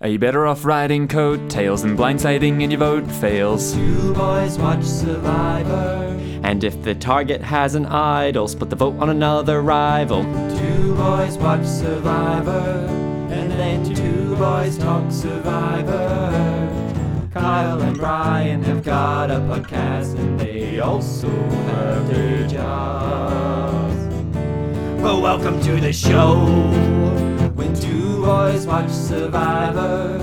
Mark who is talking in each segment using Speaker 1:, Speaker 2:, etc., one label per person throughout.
Speaker 1: Are you better off riding coattails than blindsiding and your vote fails?
Speaker 2: You boys watch Survivor.
Speaker 3: And if the target has an idol, split the vote on another rival.
Speaker 2: Two boys watch Survivor. And then two boys talk Survivor. Kyle and Brian have got a podcast and they also have day jobs. Well, welcome to the show. When two boys watch Survivor.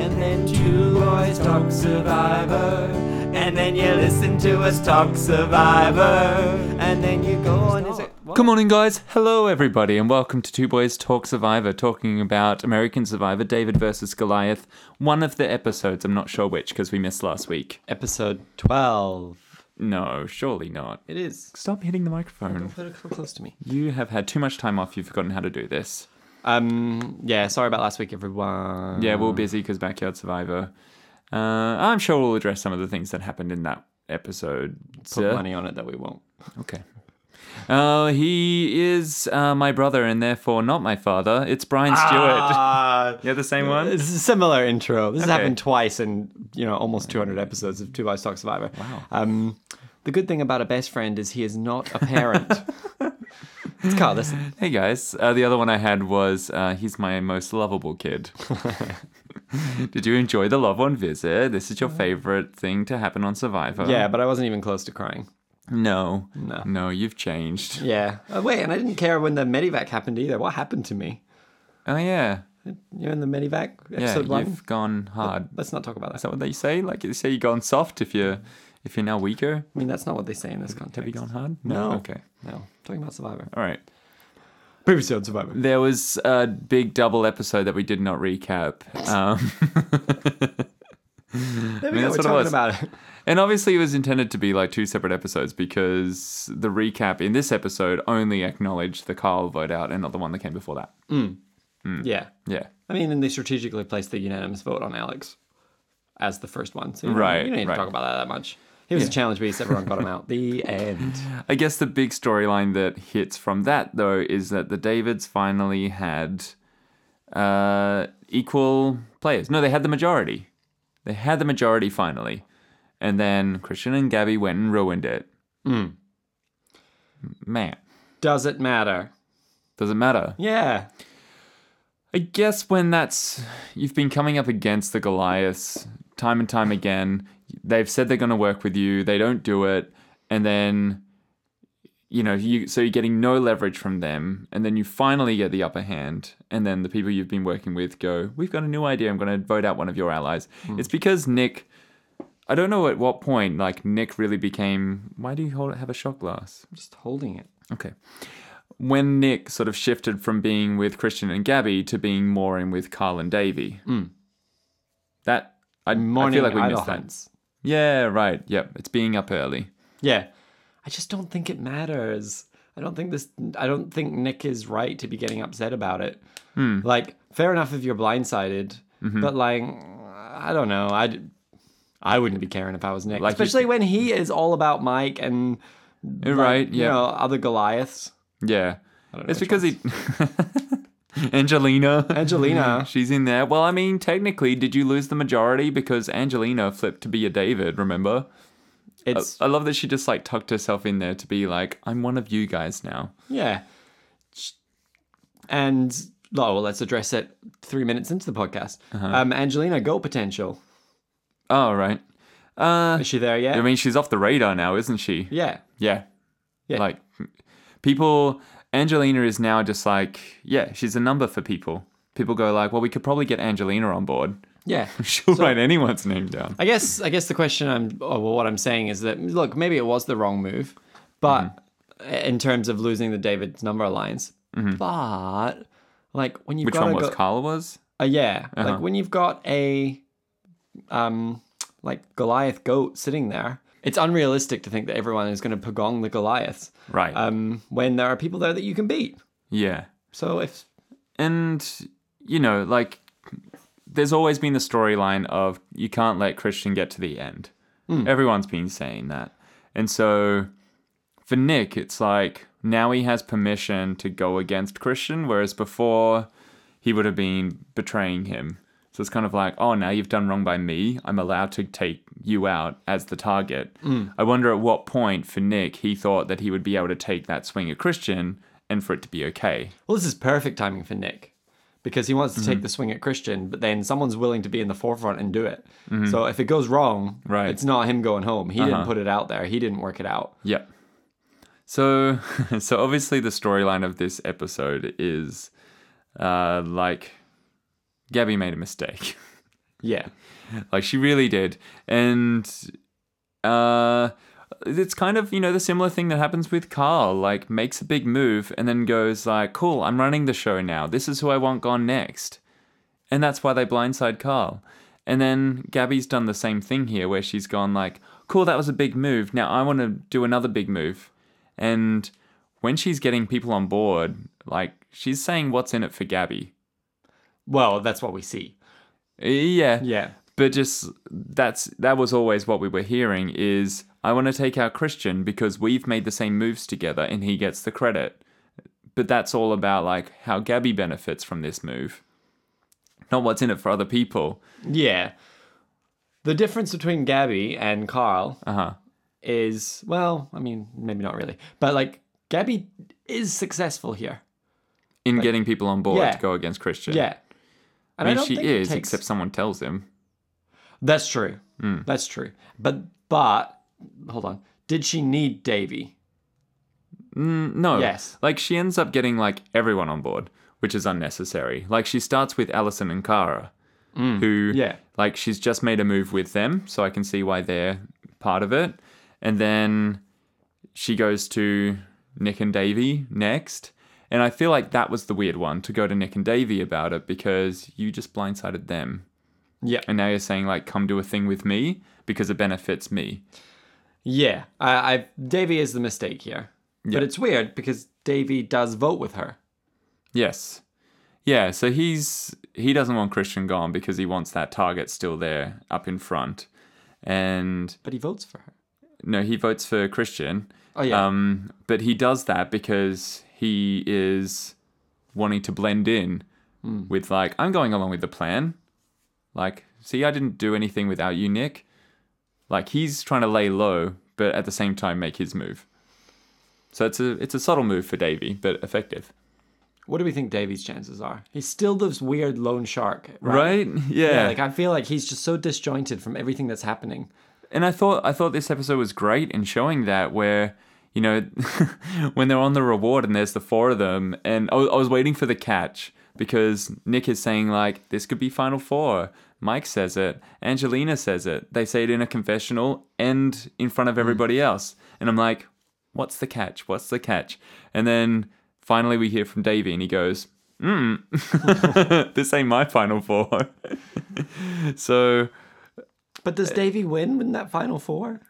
Speaker 2: And then two boys talk Survivor. And then you listen to us talk Survivor. And then you go on and say.
Speaker 1: Good morning, guys. Hello, everybody, and welcome to Two Boys Talk Survivor, talking about American Survivor David versus Goliath. One of the episodes, I'm not sure which, because we missed last week.
Speaker 3: Episode 12.
Speaker 1: No, surely not.
Speaker 3: It is.
Speaker 1: Stop hitting the microphone.
Speaker 3: Put it close to me.
Speaker 1: You have had too much time off. You've forgotten how to do this.
Speaker 3: Um, yeah, sorry about last week, everyone.
Speaker 1: Yeah, we're busy because Backyard Survivor. Uh, I'm sure we'll address some of the things that happened in that episode.
Speaker 3: Put
Speaker 1: sir.
Speaker 3: money on it that we won't.
Speaker 1: Okay. Uh, he is uh, my brother and therefore not my father. It's Brian Stewart.
Speaker 3: Ah,
Speaker 1: yeah, the same one.
Speaker 3: It's a similar intro. This has
Speaker 1: Okay.
Speaker 3: happened twice in you know almost 200 episodes of Two Eyes Talk Survivor. Wow. Um, the good thing about a best friend is he is not a parent. it's Carl. Listen,
Speaker 1: Hey guys. Uh, the other one I had was uh, he's my most lovable kid. Did you enjoy the Love One visit? This is your favorite thing to happen on Survivor.
Speaker 3: yeah, but I wasn't even close to crying.
Speaker 1: No.
Speaker 3: No.
Speaker 1: No, you've changed.
Speaker 3: Yeah. Oh, wait, and I didn't care when the medivac happened either. What happened to me?
Speaker 1: Oh yeah.
Speaker 3: You're in the medivac
Speaker 1: Yeah,
Speaker 3: episode
Speaker 1: you've
Speaker 3: one.
Speaker 1: gone hard.
Speaker 3: Let's not talk about that.
Speaker 1: Is that what they say? Like they say you've gone soft if you're if you're now weaker.
Speaker 3: I mean, that's not what they say in this context.
Speaker 1: Have you gone hard?
Speaker 3: No.
Speaker 1: Okay.
Speaker 3: No, talking about Survivor.
Speaker 1: All right.
Speaker 3: Previously on Survivor.
Speaker 1: There was a big double episode that we did not recap. Um,
Speaker 3: There
Speaker 1: mean,
Speaker 3: we go.
Speaker 1: that's
Speaker 3: We're
Speaker 1: what it
Speaker 3: talking
Speaker 1: was.
Speaker 3: about it.
Speaker 1: and obviously, it was intended to be like two separate episodes because the recap in this episode only acknowledged the Kyle vote out and not the one that came before that.
Speaker 3: Yeah.
Speaker 1: Yeah.
Speaker 3: I mean, and they strategically placed the unanimous vote on Alex as the first one. So you
Speaker 1: Right,
Speaker 3: Don't, you don't need
Speaker 1: right.
Speaker 3: to talk about that that much. He was a challenge beast. Everyone got him out. The end.
Speaker 1: I guess the big storyline that hits from that, though, is that the Davids finally had uh, equal players. No, they had the majority. They had the majority finally. And then Christian and Gabby went and ruined it. Man,
Speaker 3: Does it matter?
Speaker 1: doesn't matter.
Speaker 3: Yeah.
Speaker 1: I guess when that's you've been coming up against the Goliaths time and time again, they've said they're going to work with you, they don't do it, and then you know, you so you're getting no leverage from them, and then you finally get the upper hand, and then the people you've been working with go, "We've got a new idea. I'm going to vote out one of your allies." It's because Nick I don't know at what point like Nick really became why do you hold have a shot glass?
Speaker 3: I'm just holding it.
Speaker 1: Okay. When Nick sort of shifted from being with Christian and Gabby to being more in with Carl and Davy, that I, I
Speaker 3: Mm. Morning
Speaker 1: feel like we
Speaker 3: idol
Speaker 1: missed that.
Speaker 3: hunts.
Speaker 1: Yeah, right. Yep, it's being up early.
Speaker 3: Yeah. I just don't think it matters. I don't think this I don't think Nick is right to be getting upset about it.
Speaker 1: Hmm.
Speaker 3: Like fair enough if you're blindsided,
Speaker 1: Mm-hmm.
Speaker 3: but like I don't know. I I wouldn't be caring if I was Nick,
Speaker 1: Like you-
Speaker 3: especially when he is all about Mike and like,
Speaker 1: right,
Speaker 3: you
Speaker 1: yeah.
Speaker 3: know, other Goliaths.
Speaker 1: Yeah, it's
Speaker 3: which
Speaker 1: because he Angelina.
Speaker 3: Angelina.
Speaker 1: She's in there. Well, I mean, technically, did you lose the majority because Angelina flipped to be a David? Remember,
Speaker 3: Mm-hmm. It's
Speaker 1: I love that she just like tucked herself in there to be like, "I'm one of you guys now."
Speaker 3: yeah. And oh, well, let's address it 3 minutes into the podcast.
Speaker 1: Uh-huh.
Speaker 3: Um Angelina goal potential.
Speaker 1: Oh, right. Uh,
Speaker 3: Is she there yet?
Speaker 1: I mean, she's off the radar now, isn't she?
Speaker 3: yeah.
Speaker 1: Yeah.
Speaker 3: Yeah.
Speaker 1: Like people Angelina is now just like, yeah, she's a number for people. People go like, well, we could probably get Angelina on board.
Speaker 3: Yeah.
Speaker 1: She'll write anyone's name down.
Speaker 3: I guess I guess the question I'm oh, well, what I'm saying is that look, maybe it was the wrong move, but
Speaker 1: Mm-hmm.
Speaker 3: in terms of losing the David's number alliance, but like when you've
Speaker 1: Which
Speaker 3: got
Speaker 1: one
Speaker 3: a
Speaker 1: was
Speaker 3: go-
Speaker 1: Carla was?
Speaker 3: uh, yeah, like when you've got a um like Goliath goat sitting there, it's unrealistic to think that everyone is going to pagong the Goliaths
Speaker 1: Right.
Speaker 3: um when there are people there that you can beat.
Speaker 1: yeah.
Speaker 3: So if
Speaker 1: And you know, like there's always been the storyline of you can't let Christian get to the end. Everyone's been saying that. And so for Nick, it's like now he has permission to go against Christian, whereas before he would have been betraying him. So it's kind of like, oh, now you've done wrong by me. I'm allowed to take you out as the target. I wonder at what point for Nick he thought that he would be able to take that swing at Christian and for it to be okay.
Speaker 3: Well, this is perfect timing for Nick because he wants to take the swing at Christian, but then someone's willing to be in the forefront and do it. So if it goes wrong,
Speaker 1: Right.
Speaker 3: it's not him going home. He didn't put it out there. He didn't work it out.
Speaker 1: Yep. So, so obviously the storyline of this episode is, uh, like, Gabby made a mistake.
Speaker 3: Yeah.
Speaker 1: like she really did, and, uh, it's kind of you know the similar thing that happens with Carl. Like makes a big move and then goes like, "Cool, I'm running the show now. This is who I want gone next," and that's why they blindside Carl. And then Gabby's done the same thing here, where she's gone like, "Cool, that was a big move. Now I want to do another big move." And when she's getting people on board, like she's saying what's in it for Gabby.
Speaker 3: Well, that's what we see.
Speaker 1: E, Yeah.
Speaker 3: Yeah.
Speaker 1: But just that's that was always what we were hearing is I want to take out Christian because we've made the same moves together and he gets the credit. But that's all about like how Gabby benefits from this move. Not what's in it for other people.
Speaker 3: Yeah. The difference between Gabby and Carl
Speaker 1: Uh-huh.
Speaker 3: is, well, I mean, maybe not really, but like Gabby is successful here.
Speaker 1: In getting people on board
Speaker 3: Yeah.
Speaker 1: to go against Christian.
Speaker 3: Yeah.
Speaker 1: I
Speaker 3: And
Speaker 1: mean
Speaker 3: don't
Speaker 1: she
Speaker 3: think it
Speaker 1: is,
Speaker 3: takes-
Speaker 1: except Hmm. someone tells him.
Speaker 3: That's true. That's true. But, but, hold on. Did she need Davy?
Speaker 1: No.
Speaker 3: Yes.
Speaker 1: Like she ends up getting like everyone on board, which is unnecessary. Like she starts with Allison and Kara, who
Speaker 3: Mm. Yeah.
Speaker 1: like she's just made a move with them, so I can see why they're part of it. And then she goes to Nick and Davy next. And I feel like that was the weird one to go to Nick and Davy about it because you just blindsided them.
Speaker 3: Yeah.
Speaker 1: And now you're saying like come do a thing with me because it benefits me.
Speaker 3: Yeah, I, I Davy is the mistake here,
Speaker 1: Yeah.
Speaker 3: but it's weird because Davy does vote with her.
Speaker 1: Yes. Yeah, so he's he doesn't want Christian gone because he wants that target still there up in front. And
Speaker 3: But he votes for her.
Speaker 1: no, he votes for Christian.
Speaker 3: Oh, yeah.
Speaker 1: Um but he does that because he is wanting to blend in with like I'm going along with the plan. Like, see I didn't do anything without you, Nick. Like he's trying to lay low, but at the same time make his move. So it's a it's a subtle move for Davy, but effective.
Speaker 3: What do we think Davy's chances are? He's still this weird lone shark, right?
Speaker 1: Right? Yeah.
Speaker 3: Yeah, like I feel like he's just so disjointed from everything that's happening.
Speaker 1: and I thought I thought this episode was great in showing that where you know when they're on the reward and there's the four of them and I was, I was waiting for the catch because Nick is saying like this could be final four Mike says it Angelina says it they say it in a confessional and in front of everybody else and I'm like what's the catch what's the catch and then finally we hear from Davey and he goes mm, this ain't my final four so
Speaker 3: But does Davy win in that final four?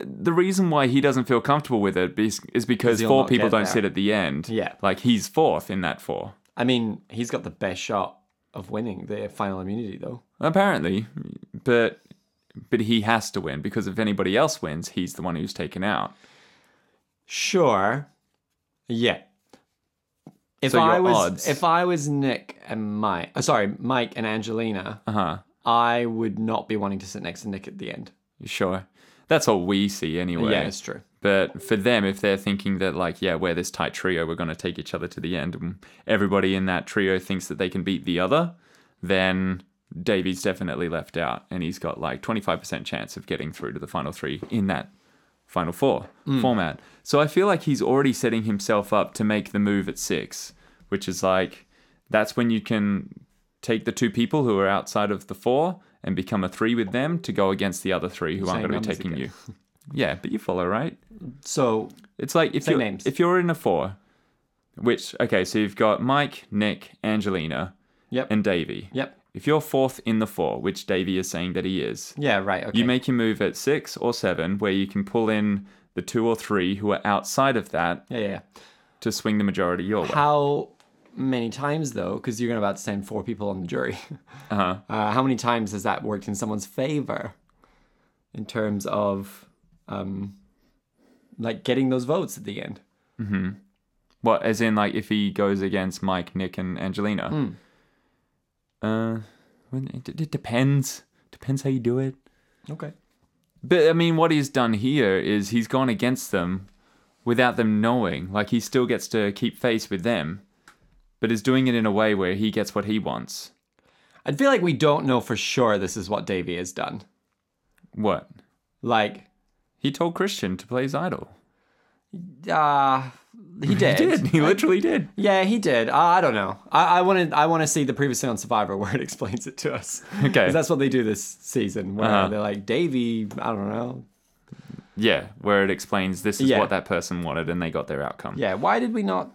Speaker 1: the reason why he doesn't feel comfortable with it is, is because
Speaker 3: he'll
Speaker 1: four
Speaker 3: not
Speaker 1: people
Speaker 3: get
Speaker 1: don't
Speaker 3: there.
Speaker 1: sit at the end.
Speaker 3: Yeah.
Speaker 1: Like he's fourth in that four.
Speaker 3: I mean, he's got the best shot of winning the final immunity, though.
Speaker 1: Apparently. But but he has to win because if anybody else wins, he's the one who's taken out.
Speaker 3: Sure. Yeah. If
Speaker 1: So your
Speaker 3: I was
Speaker 1: odds-
Speaker 3: if I was Nick and Mike, oh, sorry, Mike and Angelina,
Speaker 1: Uh-huh.
Speaker 3: I would not be wanting to sit next to Nick at the end.
Speaker 1: Sure. That's all we see anyway.
Speaker 3: Yeah, it's true.
Speaker 1: But for them, if they're thinking that, like, yeah, we're this tight trio, we're going to take each other to the end, and everybody in that trio thinks that they can beat the other, then Davey's definitely left out. And he's got like 25% chance of getting through to the final three in that final four
Speaker 3: Mm.
Speaker 1: format. So I feel like he's already setting himself up to make the move at six, which is like, that's when you can take the two people who are outside of the four and become a three with them to go against the other three who aren't
Speaker 3: Saying
Speaker 1: going to be
Speaker 3: numbers
Speaker 1: taking
Speaker 3: again.
Speaker 1: you. Yeah, but you follow, right?
Speaker 3: So
Speaker 1: It's like if
Speaker 3: Say
Speaker 1: you're
Speaker 3: names.
Speaker 1: if you're in a four, which okay, so you've got Mike, Nick, Angelina,
Speaker 3: Yep.
Speaker 1: and Davy.
Speaker 3: Yep.
Speaker 1: If you're fourth in the four, which Davy is saying that he is,
Speaker 3: Yeah, right. Okay.
Speaker 1: you make your move at six or seven, where you can pull in the two or three who are outside of that
Speaker 3: yeah, yeah, yeah.
Speaker 1: to swing the majority your way.
Speaker 3: How many times though? Because you're gonna about to send four people on the jury.
Speaker 1: Uh-huh.
Speaker 3: Uh, how many times has that worked in someone's favor, in terms of, um, like getting those votes at the end?
Speaker 1: What,
Speaker 3: Hmm.
Speaker 1: as in like if he goes against Mike, Nick, and Angelina? Uh, When- It, it depends. Depends how you do it.
Speaker 3: Okay.
Speaker 1: But I mean, what he's done here is he's gone against them without them knowing. Like he still gets to keep face with them, but is doing it in a way where he gets what he wants.
Speaker 3: I feel like we don't know for sure this is what Davy has done.
Speaker 1: What?
Speaker 3: Like,
Speaker 1: He told Christian to play his idol.
Speaker 3: uh, he did.
Speaker 1: He did. He literally did.
Speaker 3: Yeah, he did. Uh, I don't know. I, I want to. I want to see the previously on Survivor where it explains it to us.
Speaker 1: Okay.
Speaker 3: 'Cause that's what they do this season, where
Speaker 1: Uh-huh.
Speaker 3: they're like Davy. I don't know.
Speaker 1: Yeah, where it explains this is
Speaker 3: Yeah.
Speaker 1: what that person wanted and they got their outcome.
Speaker 3: Yeah. Why did we not?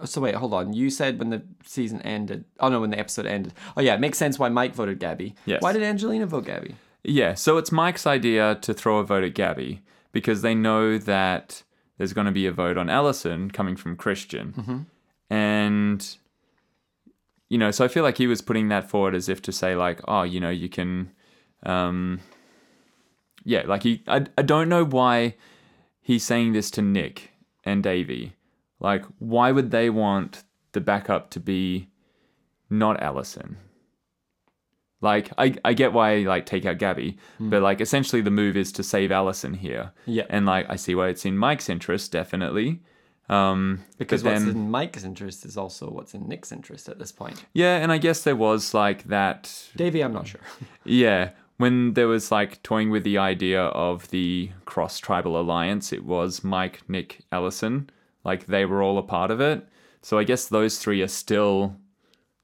Speaker 3: oh, So wait, hold on. You said when the season ended. Oh no, when the episode ended. Oh yeah, it makes sense why Mike voted Gabby.
Speaker 1: Yes.
Speaker 3: Why did Angelina vote Gabby?
Speaker 1: Yeah, so it's Mike's idea to throw a vote at Gabby because they know that there's going to be a vote on Allison coming from Christian. And, you know, so I feel like he was putting that forward as if to say, like, oh, you know, you can. Um, yeah, like he. I, I don't know why he's saying this to Nick and Davey. Like, why would they want the backup to be not Allison? Like I, I get why like take out Gabby, but like essentially the move is to save Allison here.
Speaker 3: Yeah.
Speaker 1: And like I see why it's in Mike's interest, definitely. Um
Speaker 3: Because
Speaker 1: but
Speaker 3: what's
Speaker 1: then-
Speaker 3: in Mike's interest is also what's in Nick's interest at this point.
Speaker 1: Yeah, and I guess there was like that
Speaker 3: Davy, I'm not sure.
Speaker 1: Yeah. When there was like toying with the idea of the cross tribal alliance, it was Mike, Nick, Allison. Like they were all a part of it. So I guess those three are still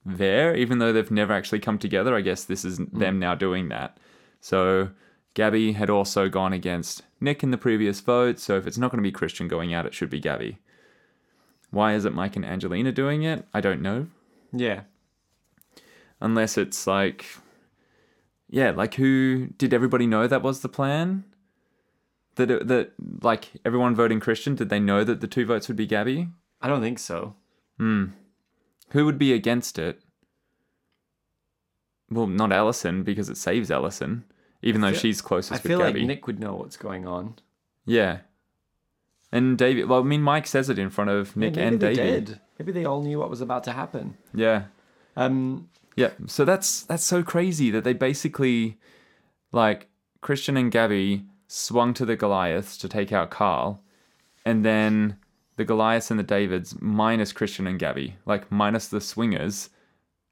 Speaker 1: there, even though they've never actually come together. I guess this is them now doing that. So Gabby had also gone against Nick in the previous vote. So if it's not going to be Christian going out, it should be Gabby. Why is it Mike and Angelina doing it? I don't know
Speaker 3: yeah.
Speaker 1: unless it's like yeah like who did everybody know that was the plan that it, that like everyone voting christian did they know that the two votes would be gabby
Speaker 3: I don't think so.
Speaker 1: who would be against it well not allison because it saves allison even though
Speaker 3: feel-
Speaker 1: she's closest
Speaker 3: I
Speaker 1: with
Speaker 3: feel like
Speaker 1: gabby
Speaker 3: Nick would know what's going on.
Speaker 1: yeah and david well i mean mike says it in front of nick
Speaker 3: maybe
Speaker 1: and
Speaker 3: they
Speaker 1: david
Speaker 3: did. Maybe they all knew what was about to happen.
Speaker 1: yeah
Speaker 3: Um,
Speaker 1: Yeah. So that's that's so crazy that they basically like Christian and Gabby swung to the Goliaths to take out Carl and then the Goliaths and the Davids minus Christian and Gabby, like minus the swingers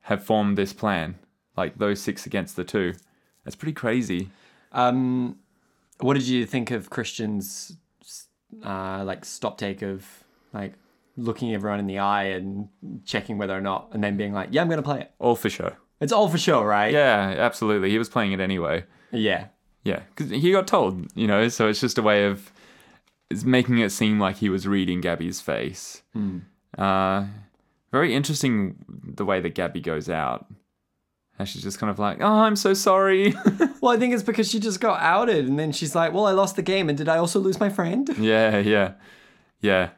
Speaker 1: have formed this plan. Like those six against the two. That's pretty crazy.
Speaker 3: um, what did you think of Christian's uh, like stop take of like looking everyone in the eye and checking whether or not, and then being like, "Yeah, I'm gonna play it.
Speaker 1: All for show.
Speaker 3: It's all for show, right?"
Speaker 1: Yeah, absolutely. He was playing it anyway.
Speaker 3: Yeah.
Speaker 1: Yeah, because he got told, you know, so it's just a way of it's making it seem like he was reading Gabby's face.
Speaker 3: Hmm.
Speaker 1: Uh, very interesting the way that Gabby goes out. And she's just kind of like, oh, I'm so sorry.
Speaker 3: Well, I think it's because she just got outed, and then she's like, "Well, I lost the game, and did I also lose my friend?"
Speaker 1: yeah, yeah, yeah.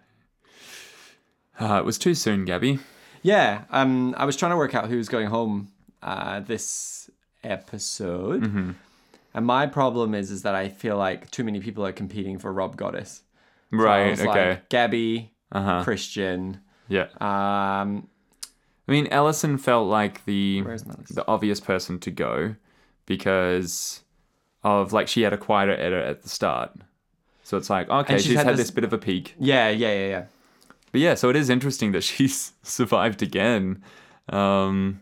Speaker 1: Uh, it was too soon, Gabby.
Speaker 3: Yeah, um, I was trying to work out who's going home uh, this episode,
Speaker 1: Mm-hmm.
Speaker 3: and my problem is is that I feel like too many people are competing for Rob Goddess. So I
Speaker 1: Right,
Speaker 3: was like,
Speaker 1: okay.
Speaker 3: Gabby,
Speaker 1: uh huh.
Speaker 3: Christian.
Speaker 1: Yeah.
Speaker 3: Um,
Speaker 1: I mean, Ellison felt like the
Speaker 3: Where's my list?
Speaker 1: the obvious person to go because of like she had a quieter edit at the start. So it's like, okay,
Speaker 3: And
Speaker 1: she's, had, this... bit of a peak.
Speaker 3: yeah, yeah, yeah, yeah.
Speaker 1: But yeah, so it is interesting that she's survived again. Um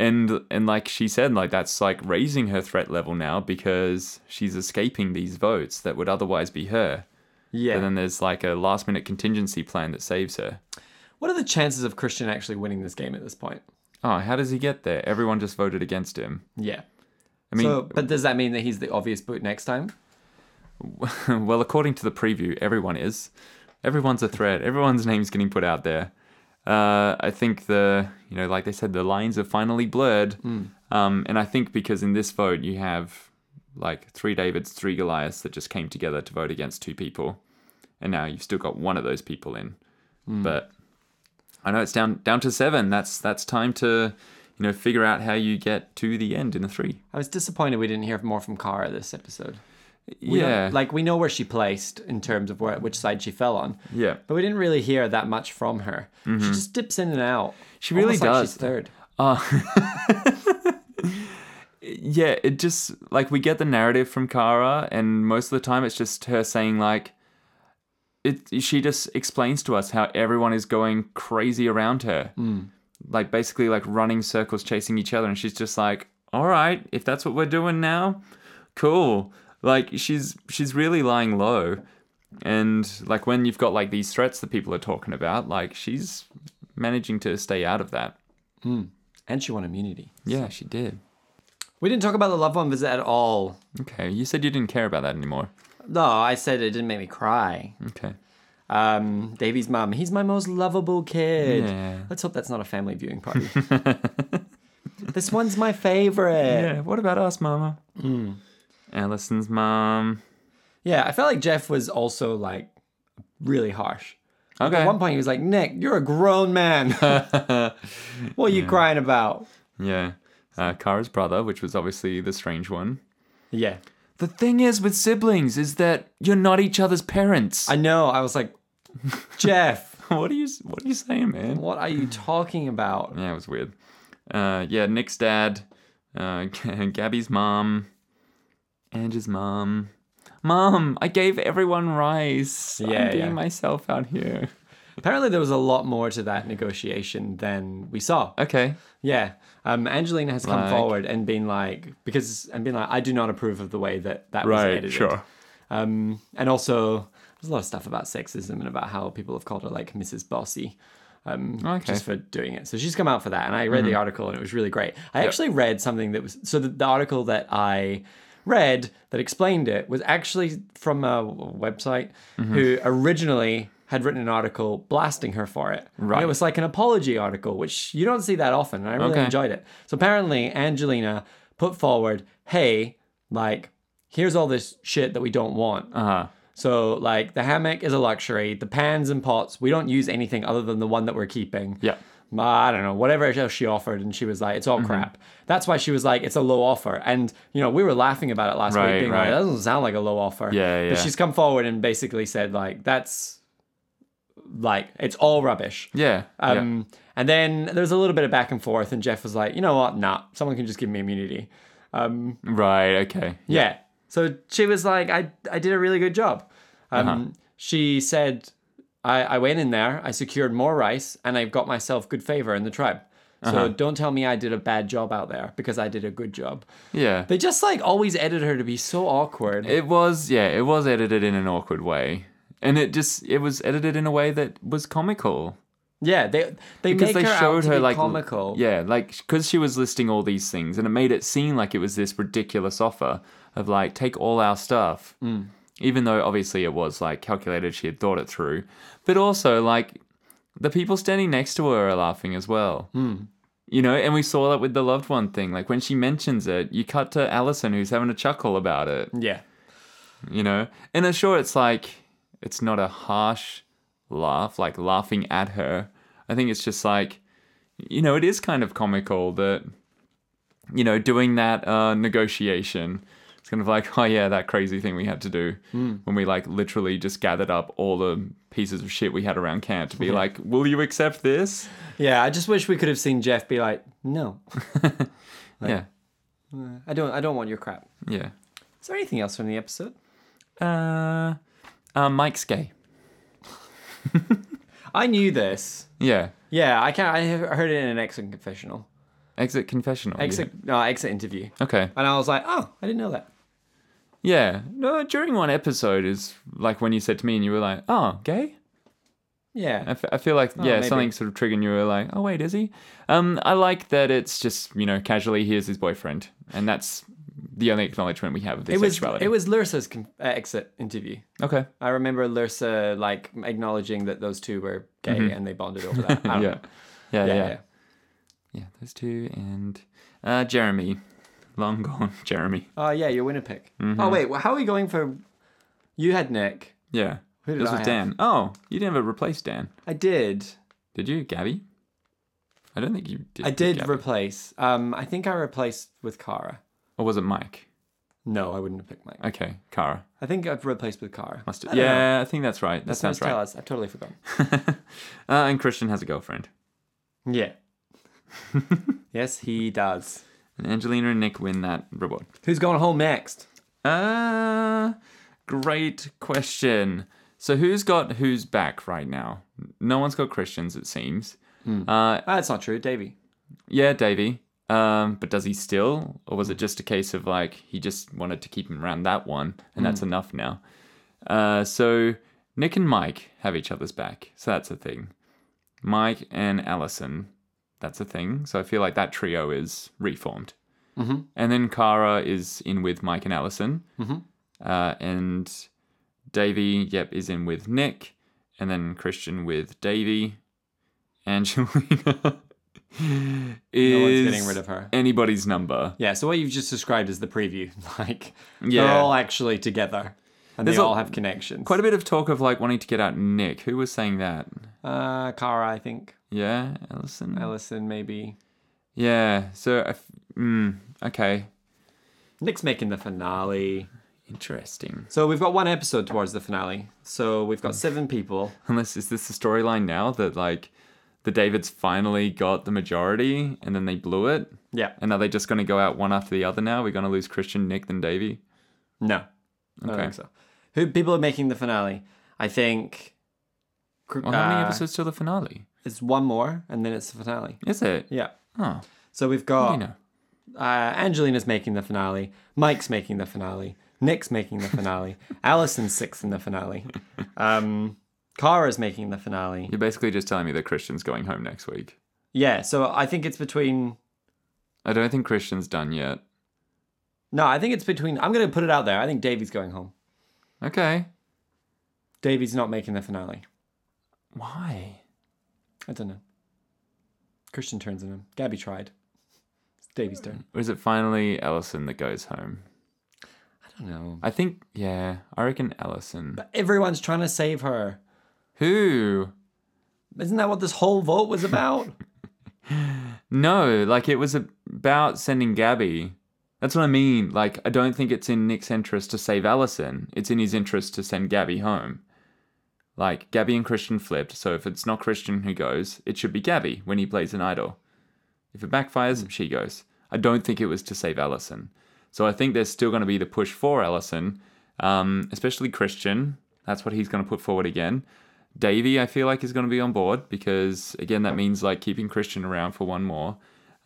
Speaker 1: and and like she said, like that's like raising her threat level now because she's escaping these votes that would otherwise be her.
Speaker 3: Yeah.
Speaker 1: And then there's like a last minute contingency plan that saves her.
Speaker 3: what are the chances of Christian actually winning this game at this point?
Speaker 1: Oh, how does he get there? Everyone just voted against him.
Speaker 3: Yeah.
Speaker 1: I mean,
Speaker 3: so, but does that mean that he's the obvious boot next time?
Speaker 1: well, according to the preview, everyone is. Everyone's a threat. Everyone's name's getting put out there. Uh, I think the, you know, like they said, the lines are finally blurred.
Speaker 3: Hmm.
Speaker 1: Um, and I think because in this vote, you have like three Davids, three Goliaths that just came together to vote against two people. And now you've still got one of those people in.
Speaker 3: Hmm.
Speaker 1: But I know it's down down to seven. That's that's time to, you know, figure out how you get to the end in the three.
Speaker 3: I was disappointed we didn't hear more from Kara this episode. We don't-
Speaker 1: yeah.
Speaker 3: Like we know where she placed in terms of where, which side she fell on.
Speaker 1: yeah.
Speaker 3: But we didn't really hear that much from her. She just dips in and out.
Speaker 1: Mm-hmm. She really
Speaker 3: Almost like
Speaker 1: does.
Speaker 3: she's third.
Speaker 1: Uh, yeah, it just like we get the narrative from Kara, and most of the time it's just her saying like, it. She just explains to us how everyone is going crazy around her, like basically like running circles, chasing each other, and she's just like, all right, if that's what we're doing now, cool. Like she's she's really lying low, and like when you've got like these threats that people are talking about, like she's managing to stay out of that.
Speaker 3: And she won immunity.
Speaker 1: Yeah, she did.
Speaker 3: We didn't talk about the loved one visit at all.
Speaker 1: Okay, you said you didn't care about that anymore.
Speaker 3: No, I said it didn't make me cry.
Speaker 1: Okay.
Speaker 3: Um, Davy's mum, he's my most lovable kid.
Speaker 1: Yeah.
Speaker 3: Let's hope that's not a family viewing party. this one's my favorite.
Speaker 1: Yeah, what about us, Mama?
Speaker 3: Hmm.
Speaker 1: Allison's mom.
Speaker 3: Yeah, I felt like Jeff was also like really harsh.
Speaker 1: Okay.
Speaker 3: At one point, he was like, Nick, you're a grown man. what are you crying about?
Speaker 1: Yeah. Uh, Kara's brother, which was obviously the strange one.
Speaker 3: Yeah.
Speaker 1: The thing is with siblings is that you're not each other's parents.
Speaker 3: I know. I was like, Jeff,
Speaker 1: what are you What are you saying, man?
Speaker 3: what are you talking about?
Speaker 1: Yeah, it was weird. Uh, yeah, Nick's dad, uh, Gabby's mom, Angie's mom. Mom, I gave everyone rice.
Speaker 3: Yeah,
Speaker 1: I'm being
Speaker 3: yeah.
Speaker 1: myself out here.
Speaker 3: Apparently, there was a lot more to that negotiation than we saw.
Speaker 1: Okay.
Speaker 3: Yeah. Um, Angelina has come
Speaker 1: Like-
Speaker 3: forward and been like, because, and been like, I do not approve of the way that that was edited. Um, and also, there's a lot of stuff about sexism and about how people have called her like Mrs. Bossy.
Speaker 1: Okay. Mm-hmm.
Speaker 3: just for doing it. So she's come out for that, and I read the article, and it was really great. I actually read something that was so the, the article that I read that explained it was actually from a website
Speaker 1: Mm-hmm.
Speaker 3: who originally had written an article blasting her for it. And
Speaker 1: Right.
Speaker 3: it was like an apology article, which you don't see that often, and I really
Speaker 1: Okay.
Speaker 3: enjoyed it. So apparently, Angelina put forward, "Hey, like." Here's all this shit that we don't want.
Speaker 1: Uh huh.
Speaker 3: So, like, the hammock is a luxury. The pans and pots, we don't use anything other than the one that we're keeping.
Speaker 1: Yeah. Mm-hmm.
Speaker 3: Uh, I don't know, whatever else she offered, and she was like, it's all crap. That's why she was like, it's a low offer. And, you know, we were laughing about it last
Speaker 1: Right,
Speaker 3: week, being
Speaker 1: right.
Speaker 3: like, that doesn't sound like a low offer.
Speaker 1: Yeah, yeah.
Speaker 3: But she's come forward and basically said, like, that's like, it's all rubbish.
Speaker 1: Yeah. yeah.
Speaker 3: Um, And then there was a little bit of back and forth, and Jeff was like, you know what? Nah, someone can just give me immunity. Um,
Speaker 1: Right. Okay.
Speaker 3: yeah. So she was like, I, I did a really good job. Um,
Speaker 1: Uh-huh.
Speaker 3: She said, I, I went in there, I secured more rice, and I got myself good favor in the tribe. So
Speaker 1: Uh-huh.
Speaker 3: don't tell me I did a bad job out there because I did a good job.
Speaker 1: Yeah.
Speaker 3: They just like always edit her to be so awkward.
Speaker 1: it was. Yeah. It was edited in an awkward way, and it just it was edited in a way that was comical
Speaker 3: yeah, they they
Speaker 1: because
Speaker 3: make
Speaker 1: they
Speaker 3: her out
Speaker 1: showed
Speaker 3: to
Speaker 1: her
Speaker 3: be
Speaker 1: like l-
Speaker 3: comical.
Speaker 1: Yeah, like because she was listing all these things, and it made it seem like it was this ridiculous offer of like take all our stuff,
Speaker 3: Mm.
Speaker 1: even though obviously it was like calculated. She had thought it through, but also like the people standing next to her are laughing as well.
Speaker 3: Hmm.
Speaker 1: You know, and we saw that with the loved one thing. Like when she mentions it, you cut to Allison who's having a chuckle about it
Speaker 3: yeah,
Speaker 1: you know and i'm sure it's like it's not a harsh laugh like laughing at her i think it's just like you know it is kind of comical that you know doing that uh, negotiation it's kind of like oh yeah that crazy thing we had to do when we like literally just gathered up all the pieces of shit we had around camp to be like will you accept this
Speaker 3: yeah. I just wish we could have seen Jeff be like, no,
Speaker 1: yeah
Speaker 3: I don't, I don't want your crap.
Speaker 1: yeah
Speaker 3: Is there anything else from the episode?
Speaker 1: uh, uh mike's gay
Speaker 3: I knew this.
Speaker 1: yeah
Speaker 3: Yeah, I can't. I heard it in an exit confessional.
Speaker 1: exit confessional yeah.
Speaker 3: exit no exit interview
Speaker 1: okay
Speaker 3: and i was like oh i didn't know that
Speaker 1: Yeah. No, during one episode is like when you said to me and you were like, oh, gay? I,
Speaker 3: yeah
Speaker 1: f- I feel like, yeah,
Speaker 3: Oh, maybe.
Speaker 1: something sort of triggered and you were like, oh, wait, is he? Um, I like that it's just, you know, casually, here's his boyfriend. And that's the only acknowledgement we have of this
Speaker 3: it was
Speaker 1: sexuality.
Speaker 3: it was lursa's com- uh, exit interview
Speaker 1: Okay.
Speaker 3: i remember lursa like acknowledging that those two were gay and they bonded over that I
Speaker 1: Yeah.
Speaker 3: don't
Speaker 1: Mm-hmm. Yeah,
Speaker 3: know.
Speaker 1: yeah.
Speaker 3: yeah
Speaker 1: Yeah,
Speaker 3: yeah,
Speaker 1: those two and uh, Jeremy. Long gone, Jeremy.
Speaker 3: oh yeah your winner pick
Speaker 1: Mm-hmm.
Speaker 3: oh wait well, how are we going for you had nick
Speaker 1: Yeah.
Speaker 3: Who did
Speaker 1: this
Speaker 3: I
Speaker 1: was
Speaker 3: have?
Speaker 1: Dan. Oh, you never replaced Dan.
Speaker 3: i did
Speaker 1: Did you, Gabby? I don't think you did.
Speaker 3: i
Speaker 1: pick
Speaker 3: did
Speaker 1: Gabby.
Speaker 3: replace um i think i replaced with kara
Speaker 1: or was it Mike?
Speaker 3: no i wouldn't have picked mike
Speaker 1: Okay, Kara.
Speaker 3: i think i've replaced with kara
Speaker 1: Must
Speaker 3: I don't know.
Speaker 1: yeah, I think that's right. That sounds
Speaker 3: Sounds
Speaker 1: right.
Speaker 3: tell us. I've totally forgotten.
Speaker 1: uh, and Christian has a girlfriend.
Speaker 3: Yeah. yes, he does.
Speaker 1: And Angelina and Nick win that reward.
Speaker 3: Who's going home next?
Speaker 1: Ah, great question. So who's got who's back right now? No one's got Christians, it seems. Uh,
Speaker 3: Ah, that's not true. Davey.
Speaker 1: yeah, Davy. Um, but does he still, or was it just a case of like he just wanted to keep him around that one, and
Speaker 3: Hmm.
Speaker 1: that's enough now? Uh, so Nick and Mike have each other's back, so that's a thing. Mike and Allison, that's a thing. So I feel like that trio is reformed. Mm-hmm. And then Kara is in with Mike and Allison, mm-hmm. uh, and Davy, yep, is in with Nick, and then Christian with Davy. Angelina is
Speaker 3: getting rid of her.
Speaker 1: anybody's number.
Speaker 3: Yeah, so what you've just described is the preview. Like, they're
Speaker 1: Yeah.
Speaker 3: all actually together and
Speaker 1: There's
Speaker 3: they
Speaker 1: a-
Speaker 3: all have connections.
Speaker 1: Quite a bit of talk of like wanting to get out Nick. Who was saying that?
Speaker 3: Uh, Kara, I think.
Speaker 1: Yeah, Allison.
Speaker 3: Ellison, maybe.
Speaker 1: yeah. So, I f- mm, okay,
Speaker 3: Nick's making the finale.
Speaker 1: interesting.
Speaker 3: So we've got one episode towards the finale. So we've
Speaker 1: Mm.
Speaker 3: got seven people.
Speaker 1: Unless is this the storyline now that like the Davids finally got the majority and then they blew it,
Speaker 3: Yeah.
Speaker 1: and are they just going to go out one after the other now? We're going to lose Christian, Nick, then Davy.
Speaker 3: No. I don't
Speaker 1: Okay.
Speaker 3: think so. Who people are making the finale? I think. cr-
Speaker 1: Well, how many
Speaker 3: uh,
Speaker 1: episodes till the finale?
Speaker 3: It's one more, and then it's the finale.
Speaker 1: Is it?
Speaker 3: Yeah.
Speaker 1: Oh,
Speaker 3: So we've
Speaker 1: you
Speaker 3: got
Speaker 1: know.
Speaker 3: uh, Angelina's making the finale. Mike's making the finale. Nick's making the finale. Allison's sixth in the finale. Um, Kara's making the finale.
Speaker 1: You're basically just telling me that Christian's going home next week.
Speaker 3: Yeah. So I think it's between.
Speaker 1: I don't think Christian's done yet.
Speaker 3: No, I think it's between. I'm going to put it out there. I think Davey's going home.
Speaker 1: Okay.
Speaker 3: Davey's not making the finale.
Speaker 1: Why?
Speaker 3: I don't know. Christian turns on him. Gabby tried. It's Davey's turn.
Speaker 1: Or is it finally Ellison that goes home?
Speaker 3: I don't know.
Speaker 1: I think, yeah, I reckon Ellison.
Speaker 3: But everyone's trying to save her.
Speaker 1: Who?
Speaker 3: Isn't that what this whole vote was about?
Speaker 1: No, like it was about sending Gabby. That's what I mean. Like, I don't think it's in Nick's interest to save Allison. It's in his interest to send Gabby home. Like, Gabby and Christian flipped, so if it's not Christian who goes, it should be Gabby when he plays an idol. If it backfires, she goes. I don't think it was to save Allison. So I think there's still going to be the push for Allison, um, especially Christian. That's what he's going to put forward again. Davey, I feel like, is going to be on board because, again, that means like keeping Christian around for one more.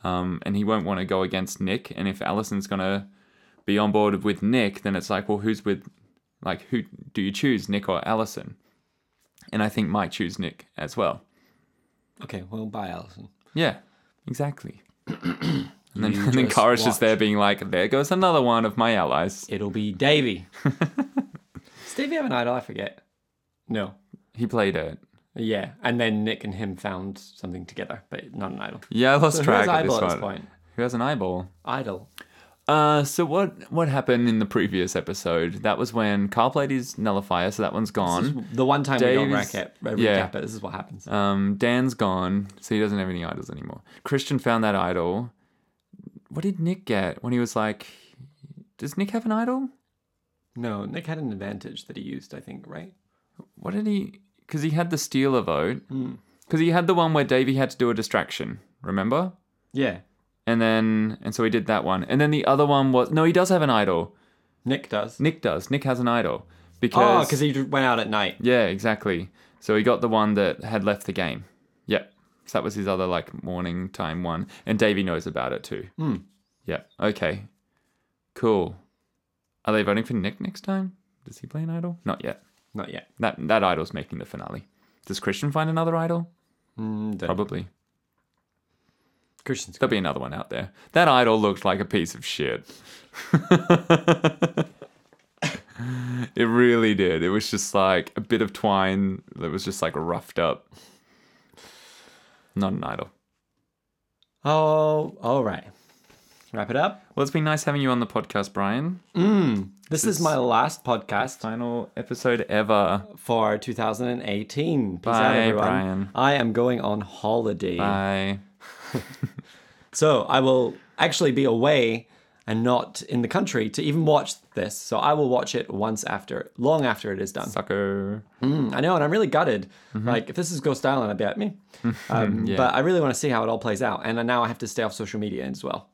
Speaker 1: Um, and he won't want to go against Nick. And if Allison's going to be on board with Nick, then it's like, well, who's with, like, who do you choose, Nick or Allison? And I think Mike choose Nick as well.
Speaker 3: okay, well, bye, Allison.
Speaker 1: Yeah, exactly. and then,
Speaker 3: You
Speaker 1: and then
Speaker 3: just
Speaker 1: Kara's
Speaker 3: watch.
Speaker 1: just there being like, there goes another one of my allies.
Speaker 3: It'll be Davey. Does Davey have an idol? I forget. No.
Speaker 1: He played it.
Speaker 3: Yeah. And then Nick and him found something together, but not an idol.
Speaker 1: Yeah, I lost
Speaker 3: So who
Speaker 1: track
Speaker 3: has
Speaker 1: of this
Speaker 3: eyeball
Speaker 1: one.
Speaker 3: at this point?
Speaker 1: Who has an eyeball?
Speaker 3: Idol.
Speaker 1: Uh, so what what happened in the previous episode? That was when Carl played his nullifier, so that one's gone.
Speaker 3: The one time we don't
Speaker 1: Dave's-
Speaker 3: rack it, recap
Speaker 1: yeah.
Speaker 3: it, this is what happens.
Speaker 1: Um, Dan's gone, so he doesn't have any idols anymore. Christian found that idol. What did Nick get when he was like, "Does Nick have an idol?"
Speaker 3: No, Nick had an advantage that he used, I think, right?
Speaker 1: What did he? Because he had the stealer vote. Because he had the one where Davey had to do a distraction. Remember?
Speaker 3: Yeah.
Speaker 1: And then, and so he did that one. And then the other one was no, he does have an idol.
Speaker 3: Nick does.
Speaker 1: Nick does. Nick has an idol
Speaker 3: Oh,
Speaker 1: because
Speaker 3: because he went out at night.
Speaker 1: Yeah, exactly. So he got the one that had left the game. Yep. So that was his other like morning time one, and Davey knows about it too. Hmm. Yep. Okay. Cool. Are they voting for Nick next time? Does he play an idol? Not yet.
Speaker 3: Not yet.
Speaker 1: That that idol's making the finale. Does Christian find another idol?
Speaker 3: Mm, don't-
Speaker 1: Probably.
Speaker 3: Christian's
Speaker 1: There'll be another one out there. That idol looked like a piece of shit. it really did. It was just like a bit of twine that was just like roughed up. Not an idol.
Speaker 3: Oh, all right. Wrap it up.
Speaker 1: Well, it's been nice having you on the podcast, Brian.
Speaker 3: This, is my last podcast
Speaker 1: Final episode ever.
Speaker 3: for 2018. Peace out,
Speaker 1: Bye,
Speaker 3: everyone.
Speaker 1: Brian.
Speaker 3: I am going on holiday.
Speaker 1: Bye.
Speaker 3: So I will actually be away and not in the country to even watch this. So I will watch it once after, long after it is done. Hmm,
Speaker 1: Sucker.
Speaker 3: I know, and I'm really gutted.
Speaker 1: Mm-hmm.
Speaker 3: Like, if this is Ghost Island, I'd be like, me. Um, But I really want to see how it all plays out. And now I have to stay off social media as well.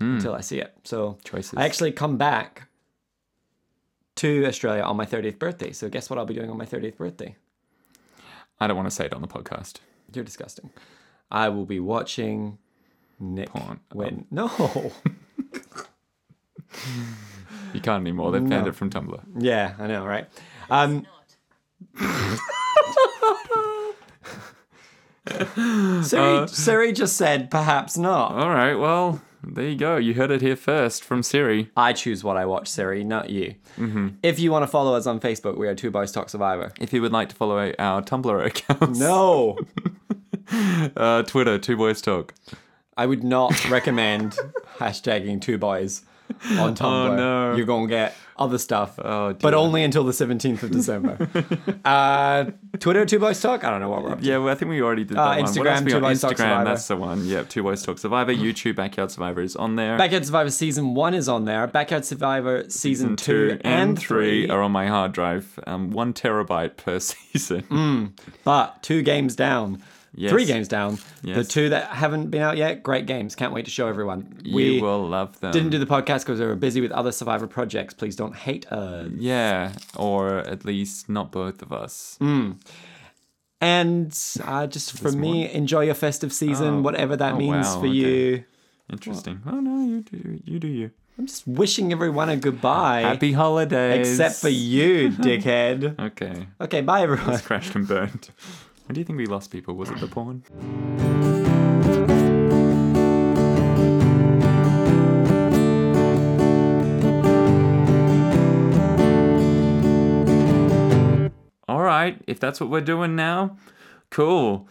Speaker 3: until I see it. So
Speaker 1: Hmm. Choices.
Speaker 3: I actually come back to Australia on my 30th birthday. So guess what I'll be doing on my 30th birthday?
Speaker 1: I don't want to say it on the podcast.
Speaker 3: You're disgusting. I will be watching Nick
Speaker 1: Porn. Oh.
Speaker 3: win. No.
Speaker 1: You can't anymore. They've banned it from Tumblr.
Speaker 3: yeah, I know, right? Um,
Speaker 1: Uh.
Speaker 3: Siri, Siri just said, perhaps not.
Speaker 1: All right. Well, there you go. You heard it here first from Siri.
Speaker 3: I choose what I watch, Siri, not you.
Speaker 1: Mm-hmm.
Speaker 3: If you want to follow us on Facebook, we are Two Boys Talk Survivor.
Speaker 1: If you would like to follow our Tumblr account,
Speaker 3: No,
Speaker 1: uh, Twitter, Two Boys Talk.
Speaker 3: I would not recommend hashtagging Two Boys on Tumblr.
Speaker 1: Oh, no.
Speaker 3: You're going to get other stuff,
Speaker 1: Oh,
Speaker 3: but
Speaker 1: dear.
Speaker 3: only until the 17th of December. uh, Twitter, Two Boys Talk? I don't know what we're up to.
Speaker 1: Yeah, well, I think we already did that
Speaker 3: Uh,
Speaker 1: one. What
Speaker 3: Instagram,
Speaker 1: else we
Speaker 3: Two
Speaker 1: got?
Speaker 3: Boys Talk
Speaker 1: Instagram,
Speaker 3: Survivor.
Speaker 1: that's the one. Yeah, Two Boys Talk Survivor. YouTube, Backyard Survivor is on there.
Speaker 3: Backyard Survivor Season 1 is on there. Backyard Survivor
Speaker 1: Season
Speaker 3: Season, 2 and 3.
Speaker 1: are on my hard drive. Um, one terabyte per season.
Speaker 3: Mm, But two games down.
Speaker 1: Yes.
Speaker 3: Three games down. The
Speaker 1: Yes.
Speaker 3: two that haven't been out yet, great games. Can't wait to show everyone. we
Speaker 1: you will love them.
Speaker 3: didn't do the podcast because we were busy with other Survivor projects. Please don't hate us.
Speaker 1: yeah, or at least not both of us.
Speaker 3: Mm. And uh, just for me, enjoy your festive season,
Speaker 1: Oh.
Speaker 3: whatever that
Speaker 1: Oh,
Speaker 3: means
Speaker 1: wow,
Speaker 3: for
Speaker 1: okay.
Speaker 3: you.
Speaker 1: Interesting. Oh no, you do, you do you.
Speaker 3: I'm just wishing everyone a goodbye.
Speaker 1: Happy holidays.
Speaker 3: except for you, dickhead.
Speaker 1: Okay,
Speaker 3: Okay, bye everyone.
Speaker 1: crashed and burned. When do you think we lost people? Was it the porn? All right, if that's what we're doing now, cool.